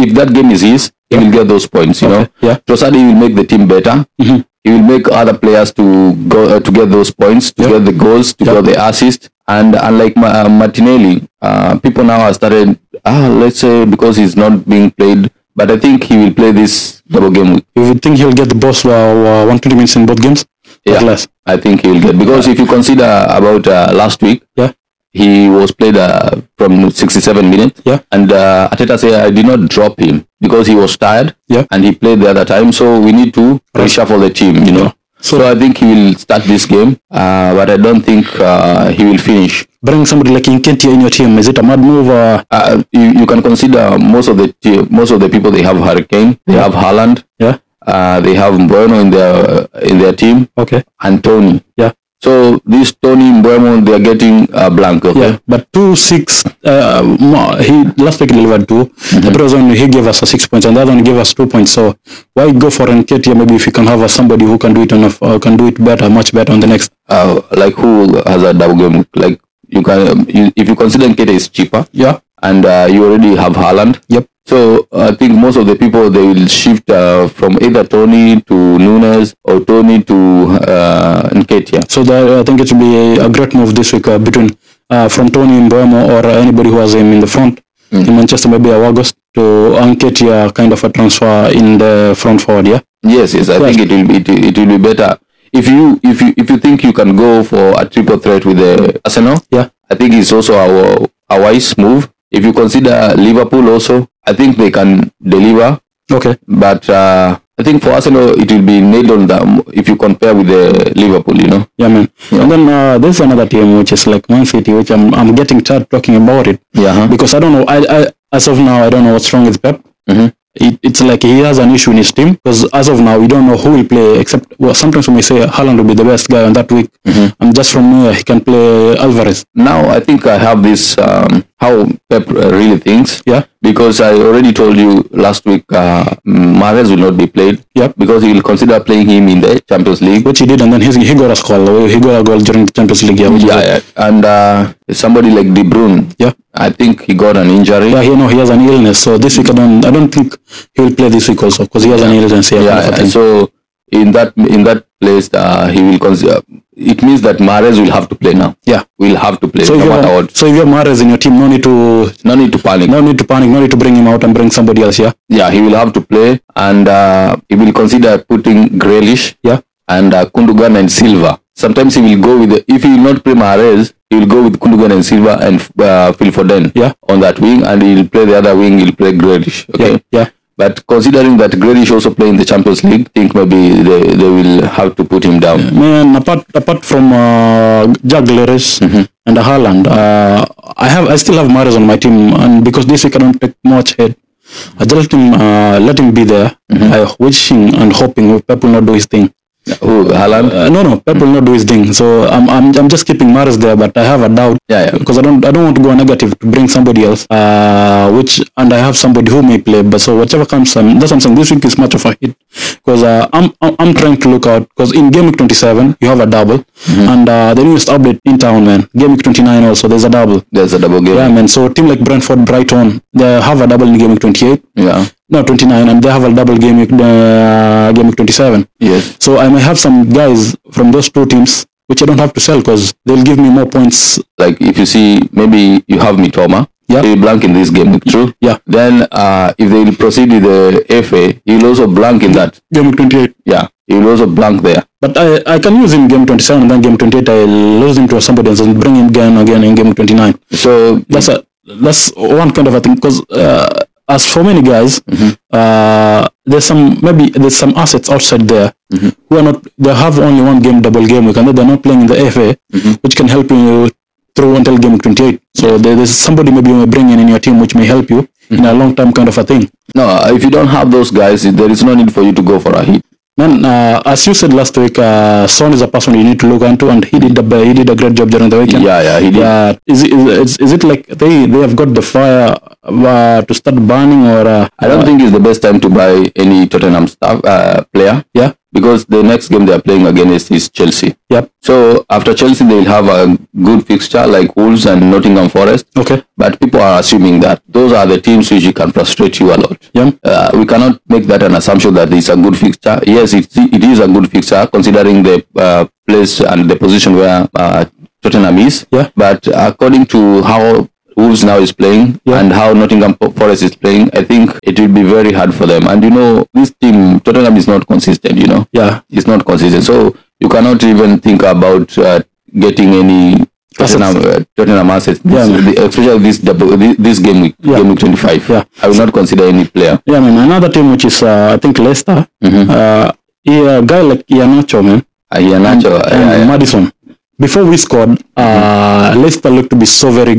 A: if that game is his, he will get those points. You know.
B: yeah.
A: Trossard he will make the team better. He will make other players to go uh, to get those points, to get the goals, to get the assist. And unlike Ma- uh, Martinelli, uh, people now are started. Ah, let's say because he's not being played, but I think he will play this double game. week.
B: You would think he'll get the boss uh, uh, 120 minutes in both games?
A: Yeah.
B: At last.
A: I think he will get because if you consider about uh, last week,
B: Yeah.
A: he was played uh, from 67 minutes.
B: Yeah.
A: And uh, Ateta said, I did not drop him because he was tired.
B: Yeah.
A: And he played the other time. So we need to reshuffle the team, you know. So, I think he will start this game, uh, but I don't think uh, he will finish.
B: Bring somebody like Inketia in your team. Is it a mad move? Or,
A: Uh, you, you can consider most of the te- most of the people they have Hurricane, they have Haaland,
B: yeah.
A: uh, they have Bueno in their uh, in their team,
B: Okay.
A: and Tony.
B: Yeah.
A: So this Tony Mbwemo, they are getting uh, blank. Okay?
B: Yeah. But 2 6, uh, mo- he last week he delivered 2. The previous one, he gave us a 6 points, and the other one gave us 2 points. So why go for Inketia maybe if you can have uh, somebody who can do it on a, f- uh, can do it better, much better on the next?
A: Uh, like who has a double game? Like you can, um, you, if you consider Nkete is cheaper,
B: Yeah.
A: and uh, you already have Haaland.
B: Yep.
A: So I think most of the people they will shift uh, from either Tony to Nunes or Tony to uh, Nketiah.
B: So that, I think it will be a, a great move this week uh, between uh, from Tony in Boemo or uh, anybody who has him in the front in Manchester, maybe a August to Anketia kind of a transfer in the front forward. Yeah,
A: Yes, yes. I
B: Yes.
A: think it will be it, it will be better if you if you if you think you can go for a triple threat with the Arsenal.
B: Yeah.
A: I think it's also a, a wise move. If you consider Liverpool also, I think they can deliver.
B: okay,
A: But uh, I think for Arsenal, it will be nailed on them if you compare with the Liverpool. You know.
B: yeah, man.
A: Yeah.
B: And then uh, there's another team which is like Man City, which I'm I'm getting tired talking about it
A: Yeah. huh?
B: because I don't know. I, I as of now I don't know what's wrong with Pep.
A: Mhm.
B: It, it's like he has an issue in his team because as of now we don't know who will play. Except well, sometimes we may say Haaland will be the best guy on that week,
A: Mhm.
B: and just from nowhere he can play Alvarez.
A: Now I think I have this um, how Pep uh, really thinks.
B: Yeah,
A: because I already told you last week uh, Mahrez will not be played
B: Yep.
A: because he will consider playing him in the Champions League.
B: which he did, and then he's, he got a score. He got a goal during the Champions League. Yeah, which is
A: Yeah,
B: a-
A: yeah. and uh, somebody like De Bruyne,
B: yeah.
A: I think he got an injury.
B: Yeah, he, no, he has an illness. So this week, I don't, I don't think he will play this week also because he has an illness. Yeah,
A: Yeah,
B: kind of a
A: and
B: thing.
A: so in that in that place uh, he will consider. It means that Mahrez will have to play now.
B: Yeah.
A: will have to play
B: So if
A: no
B: you
A: matter
B: have,
A: what.
B: so if you have Mahrez in your team, no need to,
A: No need to panic.
B: no need to panic, no need to bring him out and bring somebody else. Yeah,
A: Yeah, he will have to play, and uh, he will consider putting Grealish.
B: yeah,
A: and uh, Kundugan and Silva. Sometimes he will go with, the, if he will not play Mahrez, he will go with Kundugan and Silva and uh, Phil Foden
B: Yeah.
A: on that wing, and he will play the other wing, he will play Grealish.
B: yeah,
A: Okay.
B: yeah.
A: But considering that Grealish also play in the Champions League, I think maybe they, they will have to put him down.
B: Man, apart apart from uh, Jack Grealish and Haaland, uh, I have, I still have Mahrez on my team, and because this week I don't take much head. I just let him, uh, let him be there. I wishing and hoping Pep will not do his thing.
A: Who, Haaland?
B: Uh, no, no, Pep will not do his thing. So I'm, I'm, I'm just keeping Mahrez there, but I have a doubt
A: Yeah, yeah.
B: because I don't I don't want to go negative to bring somebody else. Uh, which and I have somebody who may play, but so whatever comes, um, that's what I'm saying. This week is much of a hit because uh, I'm I'm I'm trying to look out because in game week 27 you have a double, and uh, the newest update in town, man. Game week 29 also there's a double.
A: There's a double game.
B: Yeah, man. So team like Brentford, Brighton, they have a double in game week 28,
A: Yeah.
B: no 29, and they have a double game week uh, game week 27.
A: Yes.
B: So I may have some guys from those two teams which I don't have to sell because they'll give me more points.
A: Like if you see, maybe you have Mitoma.
B: Yeah.
A: He will blank in this game. True.
B: Yeah,
A: Then uh, if they will proceed with the FA, he will also blank in that.
B: game week 28.
A: Yeah. He will also blank there.
B: But I, I can use him game 27 and then game 28 I lose him to somebody else and bring him again again in game 29.
A: So
B: That's a that's one kind of a thing because uh, as for many guys, uh, there's some maybe there's some assets outside there who are not they have only one game double game week and then they're not playing in the FA, which can help you through until game 28. So there, there's somebody maybe you may bring in in your team which may help you in a long term kind of a thing.
A: No, if you don't have those guys, there is no need for you to go for a hit.
B: Man, uh, as you said last week, uh, Son is a person you need to look onto, and he did a he did a great job during the weekend.
A: Yeah, yeah, he did.
B: Uh, is, it- is is is it like they they have got the fire uh, to start burning or uh,
A: I don't think it's the best time to buy any Tottenham staff uh, player
B: yeah
A: because the next game they are playing against is Chelsea.
B: yep
A: So after Chelsea, they'll have a good fixture like Wolves and Nottingham Forest.
B: okay
A: But people are assuming that those are the teams which you can frustrate you a lot.
B: Yeah.
A: Uh, we cannot make that an assumption that it's a good fixture. Yes, it, it is a good fixture considering the uh, place and the position where uh, Tottenham is.
B: Yeah.
A: But according to how Wolves now is playing
B: Yeah.
A: and how Nottingham Po- Forest is playing, I think it will be very hard for them. And you know, this team, Tottenham is not consistent, you know.
B: yeah
A: It's not consistent. So you cannot even think about uh, getting any Tottenham, uh, Tottenham assets, this,
B: Yeah.
A: the- especially this double, this, this game week,
B: Yeah.
A: game week 25.
B: Yeah.
A: I will not consider any player.
B: yeah man another team which is uh, I think Leicester
A: Mm-hmm.
B: uh, yeah a guy like Ianacho man
A: I hear Nacho. Uh, I-
B: and
A: I-
B: Madison before we scored
A: Mm-hmm.
B: uh, Leicester looked to be so very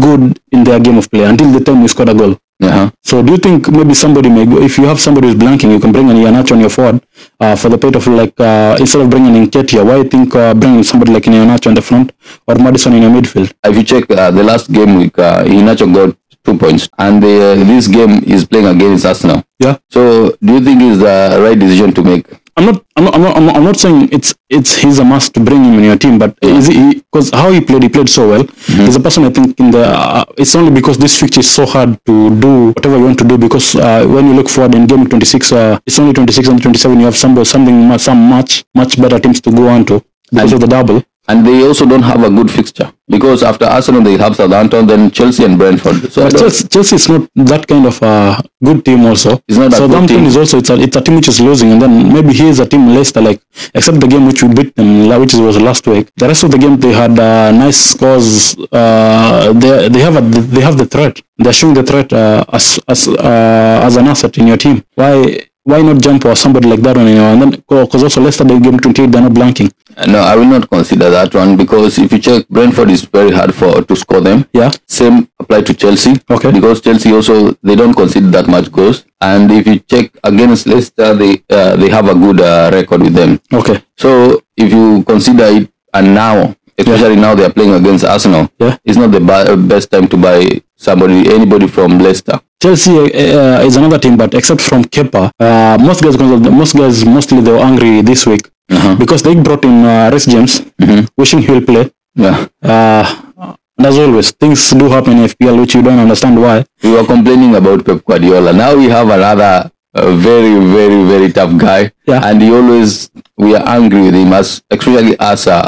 B: good in their game of play until the time we scored a goal.
A: uh-huh.
B: So do you think maybe somebody may go, if you have somebody who's blanking, you can bring an Ianacho on your forward uh, for the pay of like, uh, instead of bringing in Ketia, why you think uh, bringing somebody like Ianacho on the front or Madison in your midfield?
A: If you check uh, the last game week, uh, Inacho got two points, and uh, this game is playing against Arsenal.
B: Yeah.
A: So, do you think it's the right decision to make?
B: I'm not, I'm not, I'm not, I'm not, I'm not saying it's it's he's a must to bring him in your team, but is he because how he played, he played so well. He's a person I think in the. Uh, it's only because this fixture is so hard to do whatever you want to do because uh, when you look forward in game 26, uh, it's only 26 and 27. You have some something mu- some much much better teams to go on to because of the double.
A: And they also don't have a good fixture because after Arsenal they have Southampton, then Chelsea and Brentford. So I
B: But
A: don't-
B: Chelsea, Chelsea is not that kind of a good team. Also,
A: It's not a good
B: Southampton
A: team.
B: is also it's a, it's a team which is losing, and then maybe he is a team Leicester. Like except the game which we beat them, la- which was last week. The rest of the game they had uh, nice scores. Uh, they they have a, they have the threat. They're showing the threat uh, as as uh, as an asset in your team. Why? Why not jump or somebody like that one? You know, and then because also Leicester they game 28, they're not blanking.
A: Uh, no, I will not consider that one because if you check Brentford is very hard for to score them.
B: Yeah,
A: Same apply to Chelsea.
B: Okay.
A: Because Chelsea also they don't concede that much goals, and if you check against Leicester, they uh, they have a good uh, record with them.
B: okay,
A: So if you consider it, and now especially now they are playing against Arsenal,
B: Yeah.
A: it's not the ba- best time to buy somebody anybody from Leicester.
B: Chelsea uh, is another team, but except from Kepa, uh, most guys, most guys, mostly they were angry this week because they brought in uh, Reece James, wishing he will play.
A: Yeah.
B: Uh, and as always, things do happen in FPL, which you don't understand why.
A: we were complaining about Pep Guardiola. Now we have another uh, very, very, very tough guy,
B: Yeah.
A: and he always we are angry with him as especially as uh,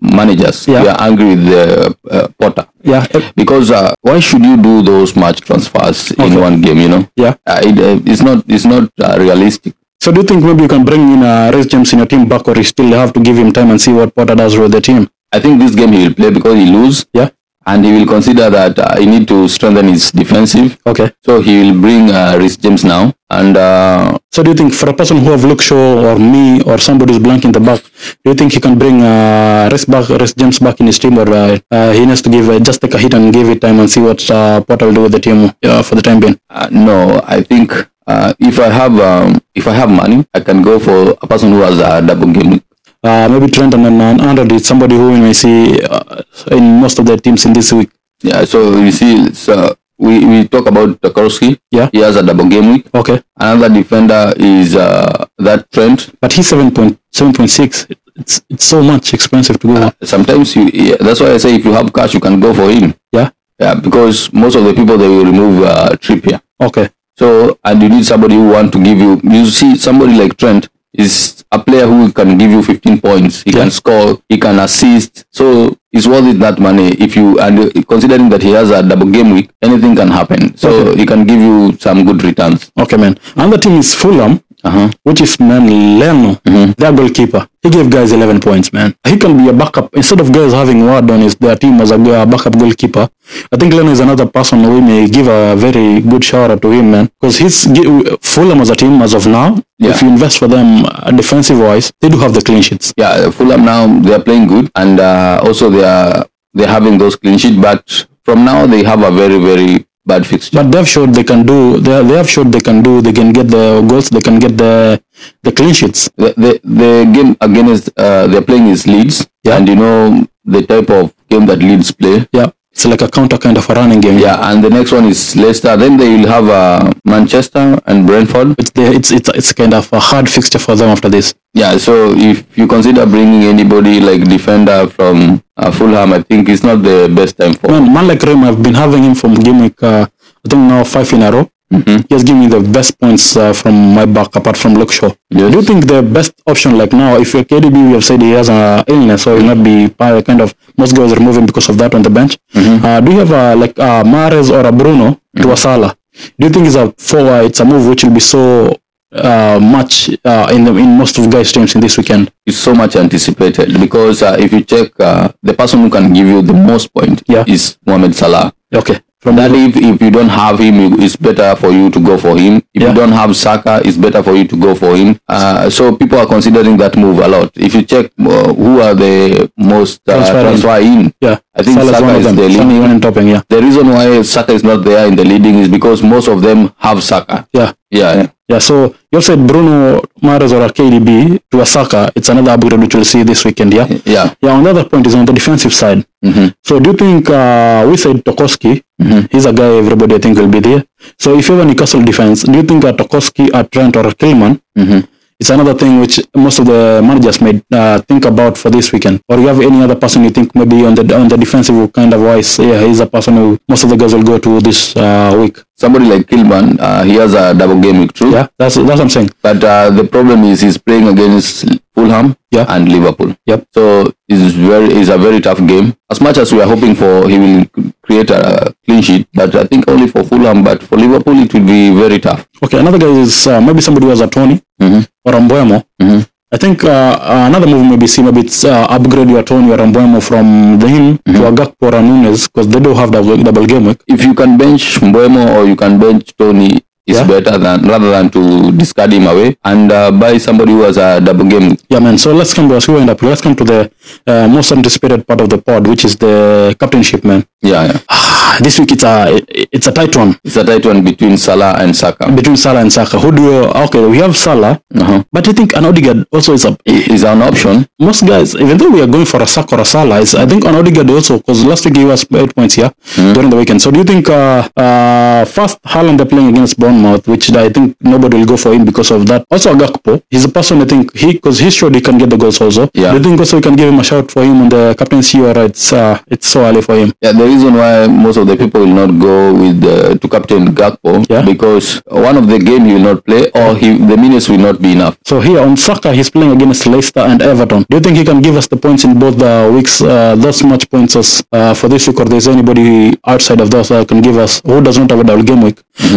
A: managers.
B: Yeah.
A: We are angry with the uh, Potter
B: Yeah, eh,
A: because uh, why should you do those much transfers in one game? You know,
B: yeah.
A: uh, it, uh, it's not it's not uh, realistic.
B: So do you think maybe you can bring in uh, Reece James in your team back, or you still have to give him time and see what Potter does with the team?
A: I think this game he will play because he lose,
B: Yeah.
A: and he will consider that uh, he need to strengthen his defensive.
B: Okay.
A: So he will bring uh, Rhys James now, and uh,
B: So do you think for a person who have Luke Shaw or me or somebody who's blank in the back, do you think he can bring uh, Reece back, Reece James back in his team, or uh, uh, he needs to give uh, just take a hit and give it time and see what uh, Potter will do with the team uh, for the time being?
A: Uh, no, I think uh, if I have um, if I have money, I can go for a person who has a double game week.
B: Uh, maybe Trent and and Andrew is somebody who we may see uh, in most of the teams in this week.
A: Yeah, so you see, so we, we talk about Tokarski.
B: Yeah.
A: he has a double game week.
B: Okay,
A: Another defender is uh, that Trent.
B: but he's seven point seven point six. It's it's so much expensive to go.
A: Uh-huh. Sometimes you yeah, that's why I say if you have cash, you can go for him.
B: Yeah.
A: Yeah, because most of the people they will remove uh, Trippier.
B: Okay.
A: So and you need somebody who want to give you. You see, somebody like Trent is a player who can give you 15 points. He
B: Yeah.
A: can score. He can assist. So it's worth it that money if you and uh, considering that he has a double game week, anything can happen. So he can give you some good returns.
B: Okay, man. Another team is Fulham,
A: Uh-huh. Mm-hmm.
B: which is man Leno, their goalkeeper. He gave guys 11 points, man. He can be a backup instead of guys having word on his their team as a, go- a backup goalkeeper. I think Leno is another person we may give a very good shout out to him, man, because he's gi- Fulham as a team as of now.
A: Yeah.
B: If you invest for them uh, defensive wise, they do have the clean sheets.
A: Yeah, Fulham now they are playing good and uh, also they are they're having those clean sheet. But from now they have a very very bad fixture.
B: But they've showed they can do. They, they have showed they can do. They can get the goals. They can get the the clean sheets.
A: the, the, the game against uh, they're playing is Leeds,
B: Yeah.
A: and you know the type of game that Leeds play.
B: Yeah, it's like a counter kind of a running game.
A: Yeah, and the next one is Leicester. Then they will have uh, Manchester and Brentford.
B: It's, the, it's it's it's kind of a hard fixture for them after this.
A: Yeah, so if you consider bringing anybody like defender from uh, Fulham, I think it's not the best time for.
B: Man, man like Rem, I've been having him from game week, uh, I think now five in a row. He has given me the best points uh, from my back, apart from Luke Shaw.
A: Yes.
B: Do you think the best option, like now, if you're KDB, we have said he has an illness, so he'll not be uh, kind of most guys remove him because of that on the bench. Uh, do you have a, like a Mares or a Bruno to a Salah? Do you think it's a forward? It's a move which will be so uh, much uh, in the, in most of guys' teams in this weekend.
A: It's so much anticipated because uh, if you check uh, the person who can give you the most point
B: Yeah.
A: is Mohamed Salah.
B: Okay,
A: From that, if, if you don't have him, you- it's better for you to go for him. If
B: Yeah.
A: you don't have Saka, it's better for you to go for him. Uh, so people are considering that move a lot. If you check uh, who are the most uh,
B: Transfer in.
A: transfer in,
B: yeah.
A: I think
B: Salah's
A: Saka
B: one of
A: is
B: them.
A: the
B: Salah
A: leading-
B: one and topping, yeah,
A: the reason why Saka is not there in the leading is because most of them have Saka.
B: yeah.
A: Yeah, yeah.
B: Yeah, so you said Bruno Mares or a KDB to a Saka. It's another upgrade which we'll see this weekend, yeah?
A: yeah.
B: Yeah, another point is on the defensive side.
A: Mhm.
B: So do you think uh, we said Tokoski?
A: Mm-hmm.
B: He's a guy everybody
A: mm-hmm.
B: I think will be there. So if you have a Newcastle defense, do you think a Tokoski, a Trent, or a Kilman, It's another thing which most of the managers may uh, think about for this weekend. Or you have any other person you think maybe on the on the defensive kind of wise, yeah, he's a person who most of the guys will go to this uh, week.
A: Somebody like Kilman, uh, he has a double game week, true.
B: Yeah, that's that's what I'm saying.
A: But uh, the problem is he's playing against Fulham
B: Yeah.
A: and Liverpool.
B: Yep.
A: So it's very it's a very tough game. As much as we are hoping for he will create a clean sheet, but I think only for Fulham. But for Liverpool, it will be very tough.
B: Okay, another guy is uh, maybe somebody who has a Tony
A: Mhm.
B: or a Mbuemo.
A: Mhm.
B: I think uh, another move maybe see maybe it's uh, upgrade your Tony or a Mbuemo from the him to a Gakpo or a Nunes because they do have double, double game week.
A: If you can bench Mbuemo or you can bench Tony. Is
B: Yeah.
A: better than rather than to discard him away and uh, buy somebody who has a double game.
B: Yeah, man. So let's come to us. We end up. Let's come to the uh, most anticipated part of the pod, which is the captainship, man. Ah,
A: Yeah, yeah.
B: this week it's a it's a tight one
A: It's a tight one between Salah and Saka.
B: between Salah and Saka. Who do you? Okay, we have Salah,
A: Uh-huh.
B: but I think an Odegaard also is a.
A: I- Is an option.
B: Most guys, even though we are going for a Saka or a Salah, it's, I think an Odegaard also because last week he was eight points here during the weekend. So do you think uh, uh, first Haaland are playing against Bournemouth, which I think nobody will go for him because of that. Also Gakpo, he's a person I think he because he showed he can get the goals also.
A: Yeah.
B: Do you think also we can give him a shout for him on the captaincy or it's uh, it's so early for him?
A: Yeah, the reason why most of the people will not go with uh, to captain Gakpo
B: Yeah.
A: because one of the game he will not play or he the minutes will not be enough.
B: So here on Saka, he's playing against Leicester and Everton. Do you think he can give us the points in both the weeks? Uh, those much points as uh, for this week, or there's anybody outside of those that can give us who does not have a double game week?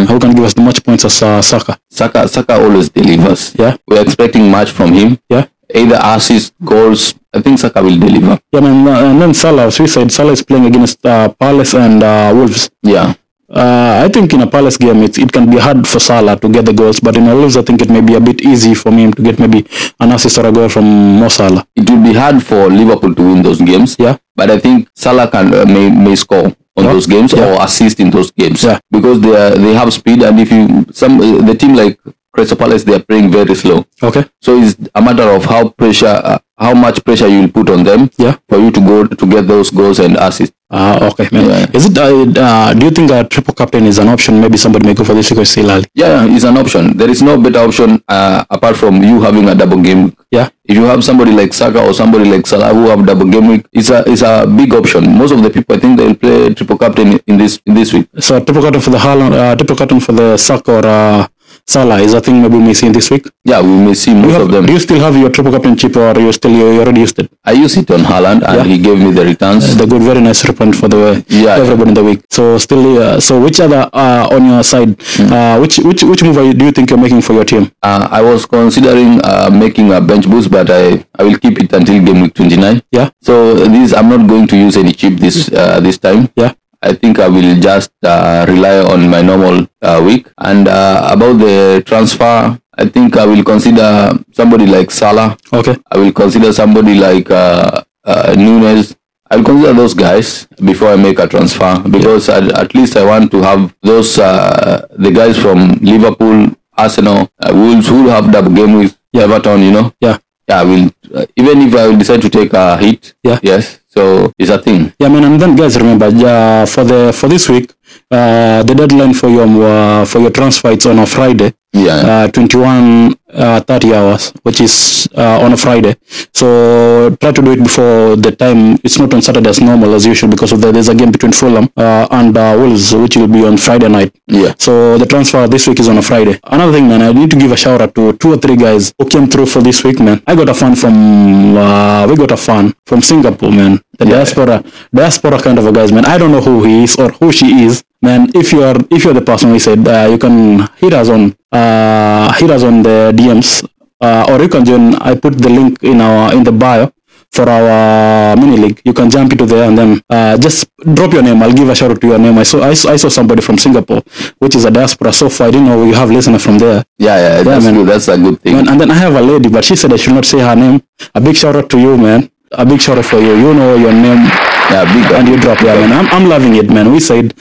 B: Who can give us the much points as uh, Saka?
A: Saka Saka always delivers.
B: Yeah.
A: We're expecting much from him.
B: Yeah.
A: Either assists, goals. I think Saka will deliver.
B: Yeah, man. uh, And then Salah, as we said, Salah is playing against uh, Palace and uh, Wolves.
A: Yeah.
B: Uh, I think in a Palace game, it, it can be hard for Salah to get the goals, but in a Wolves, I think it may be a bit easy for him to get maybe an assist or a goal from Mo Salah.
A: It will be hard for Liverpool to win those games.
B: Yeah.
A: But I think Salah can uh, may, may score on
B: Yeah.
A: those games
B: Yeah.
A: or assist in those games
B: Yeah.
A: because they are, they have speed and if you some uh, the team like Crystal Palace they are playing very slow.
B: Okay.
A: So it's a matter of how pressure, uh, how much pressure you will put on them
B: Yeah.
A: for you to go to get those goals and assists.
B: Ah, okay, man.
A: Yeah.
B: Is it? Uh, uh, do you think a triple captain is an option? Maybe somebody may go for this because still early.
A: Yeah, it's an option. There is no better option uh, apart from you having a double game. week.
B: Yeah.
A: If you have somebody like Saka or somebody like Salah who have double game week, it's a it's a big option. Most of the people, I think, they will play triple captain in this in this week.
B: So a triple captain for the Haaland, uh, triple captain for the Saka or uh, Salah is a thing maybe we may see in this week.
A: Yeah, we may see most of
B: You have- Do
A: them.
B: you still have your triple captain chip or you still you, you already used it?
A: I use it on Haaland, and
B: Yeah.
A: he gave me the returns.
B: The good, very nice reprint for the
A: Yeah.
B: everybody in the week. So still, uh, so which other uh, on your side?
A: Hmm.
B: Uh, which which which move are you, do you think you're making for your team?
A: Uh, I was considering uh, making a bench boost, but I, I will keep it until game week 29.
B: Yeah.
A: So this I'm not going to use any chip this uh, this time.
B: Yeah.
A: I think I will just uh, rely on my normal uh, week. And uh, about the transfer, I think I will consider somebody like Salah.
B: Okay.
A: I will consider somebody like uh, uh, Nunes. I'll consider those guys before I make a transfer because at, at least I want to have those uh, the guys from Liverpool, Arsenal, uh, Wolves who have double game with Everton. You know,
B: Yeah.
A: yeah. I will uh, even if I will decide to take a hit.
B: Yeah.
A: Yes. So it's a thing.
B: Yeah, man, and then guys, remember uh, for the for this week, uh, the deadline for your uh, for your transfer it's on a Friday,
A: Yeah.
B: uh, 21 uh, 30 hours, which is uh, on a Friday. So try to do it before the time. It's not on Saturday as normal as usual because of the, there's a game between Fulham uh, and uh, Wolves, which will be on Friday night.
A: yeah.
B: So the transfer this week is on a Friday. Another thing, man, I need to give a shout out to two or three guys who came through for this week, man. I got a fan from uh, we got a fan from Singapore, man. The
A: Yeah.
B: diaspora, diaspora kind of a guys, man. I don't know who he is or who she is, man. If you are, if you're the person we said, uh, you can hit us on, uh, hit us on the DMs, uh, or you can join. I put the link in our in the bio. For our uh, mini league, you can jump into there and then uh, just drop your name. I'll give a shout out to your name. I saw I saw, I saw somebody from Singapore, which is a diaspora. So far, I didn't know you have listener from there.
A: Yeah. Yeah. That's
B: man.
A: good. That's a good thing.
B: Man, and then I have a lady, but she said I should not say her name. A big shout out to you, man. A big shout out for you. You know your name
A: Yeah. Big.
B: and you drop. Yeah, man. I'm, I'm loving it, man. We said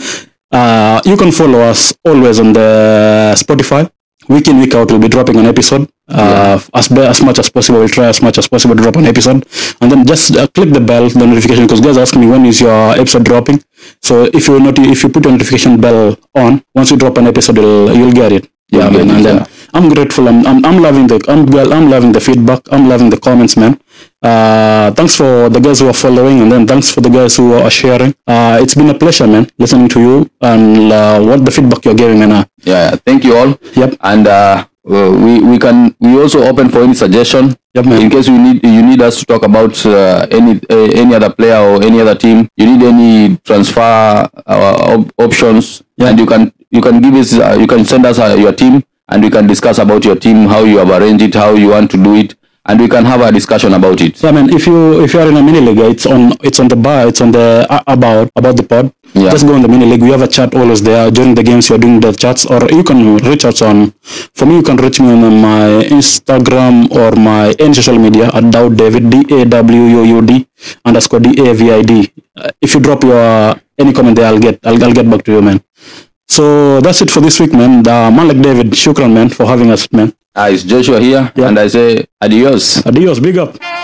B: uh, you can follow us always on the Spotify. Week in, week out, we'll be dropping an episode. Uh, as be- as much as possible, we'll try as much as possible to drop an episode. And then just uh, click the bell, the notification, because guys are asking me when is your episode dropping. So if you not, if you put your notification bell on, once you drop an episode, you'll, you'll get it.
A: You'll
B: Yeah,
A: get
B: man.
A: it,
B: And
A: yeah.
B: then I'm grateful. I'm, I'm, I'm loving the I'm well, I'm loving the feedback. I'm loving the comments, man. Uh, thanks for the guys who are following, and then thanks for the guys who are sharing. Uh, it's been a pleasure, man, listening to you and uh, what the feedback you're giving, and uh,
A: Yeah, yeah. thank you all.
B: Yep.
A: And uh, uh, we we can we also open for any suggestion.
B: Yep, man.
A: In case you need you need us to talk about uh, any uh, any other player or any other team, you need any transfer uh, op- options,
B: Yeah.
A: and you can you can give us uh, you can send us uh, your team, and we can discuss about your team, how you have arranged it, how you want to do it, and we can have a discussion about it.
B: Yeah, man. If you if you are in a mini league, it's on it's on the bar. It's on the uh, about about the pod.
A: Yeah.
B: Just go on the mini league. We have a chat always there during the games. You're doing the chats, or you can reach us on. For me, you can reach me on my Instagram or my any social media at Daud David D A W U U D underscore D A V I D. Uh, if you drop your any comment there, I'll get I'll, I'll get back to you, man. So that's it for this week, man. Uh, The man like David, shukran, man, for having us, man.
A: Uh, it's Joshua here,
B: Yeah.
A: and I say adios.
B: Adios, big up.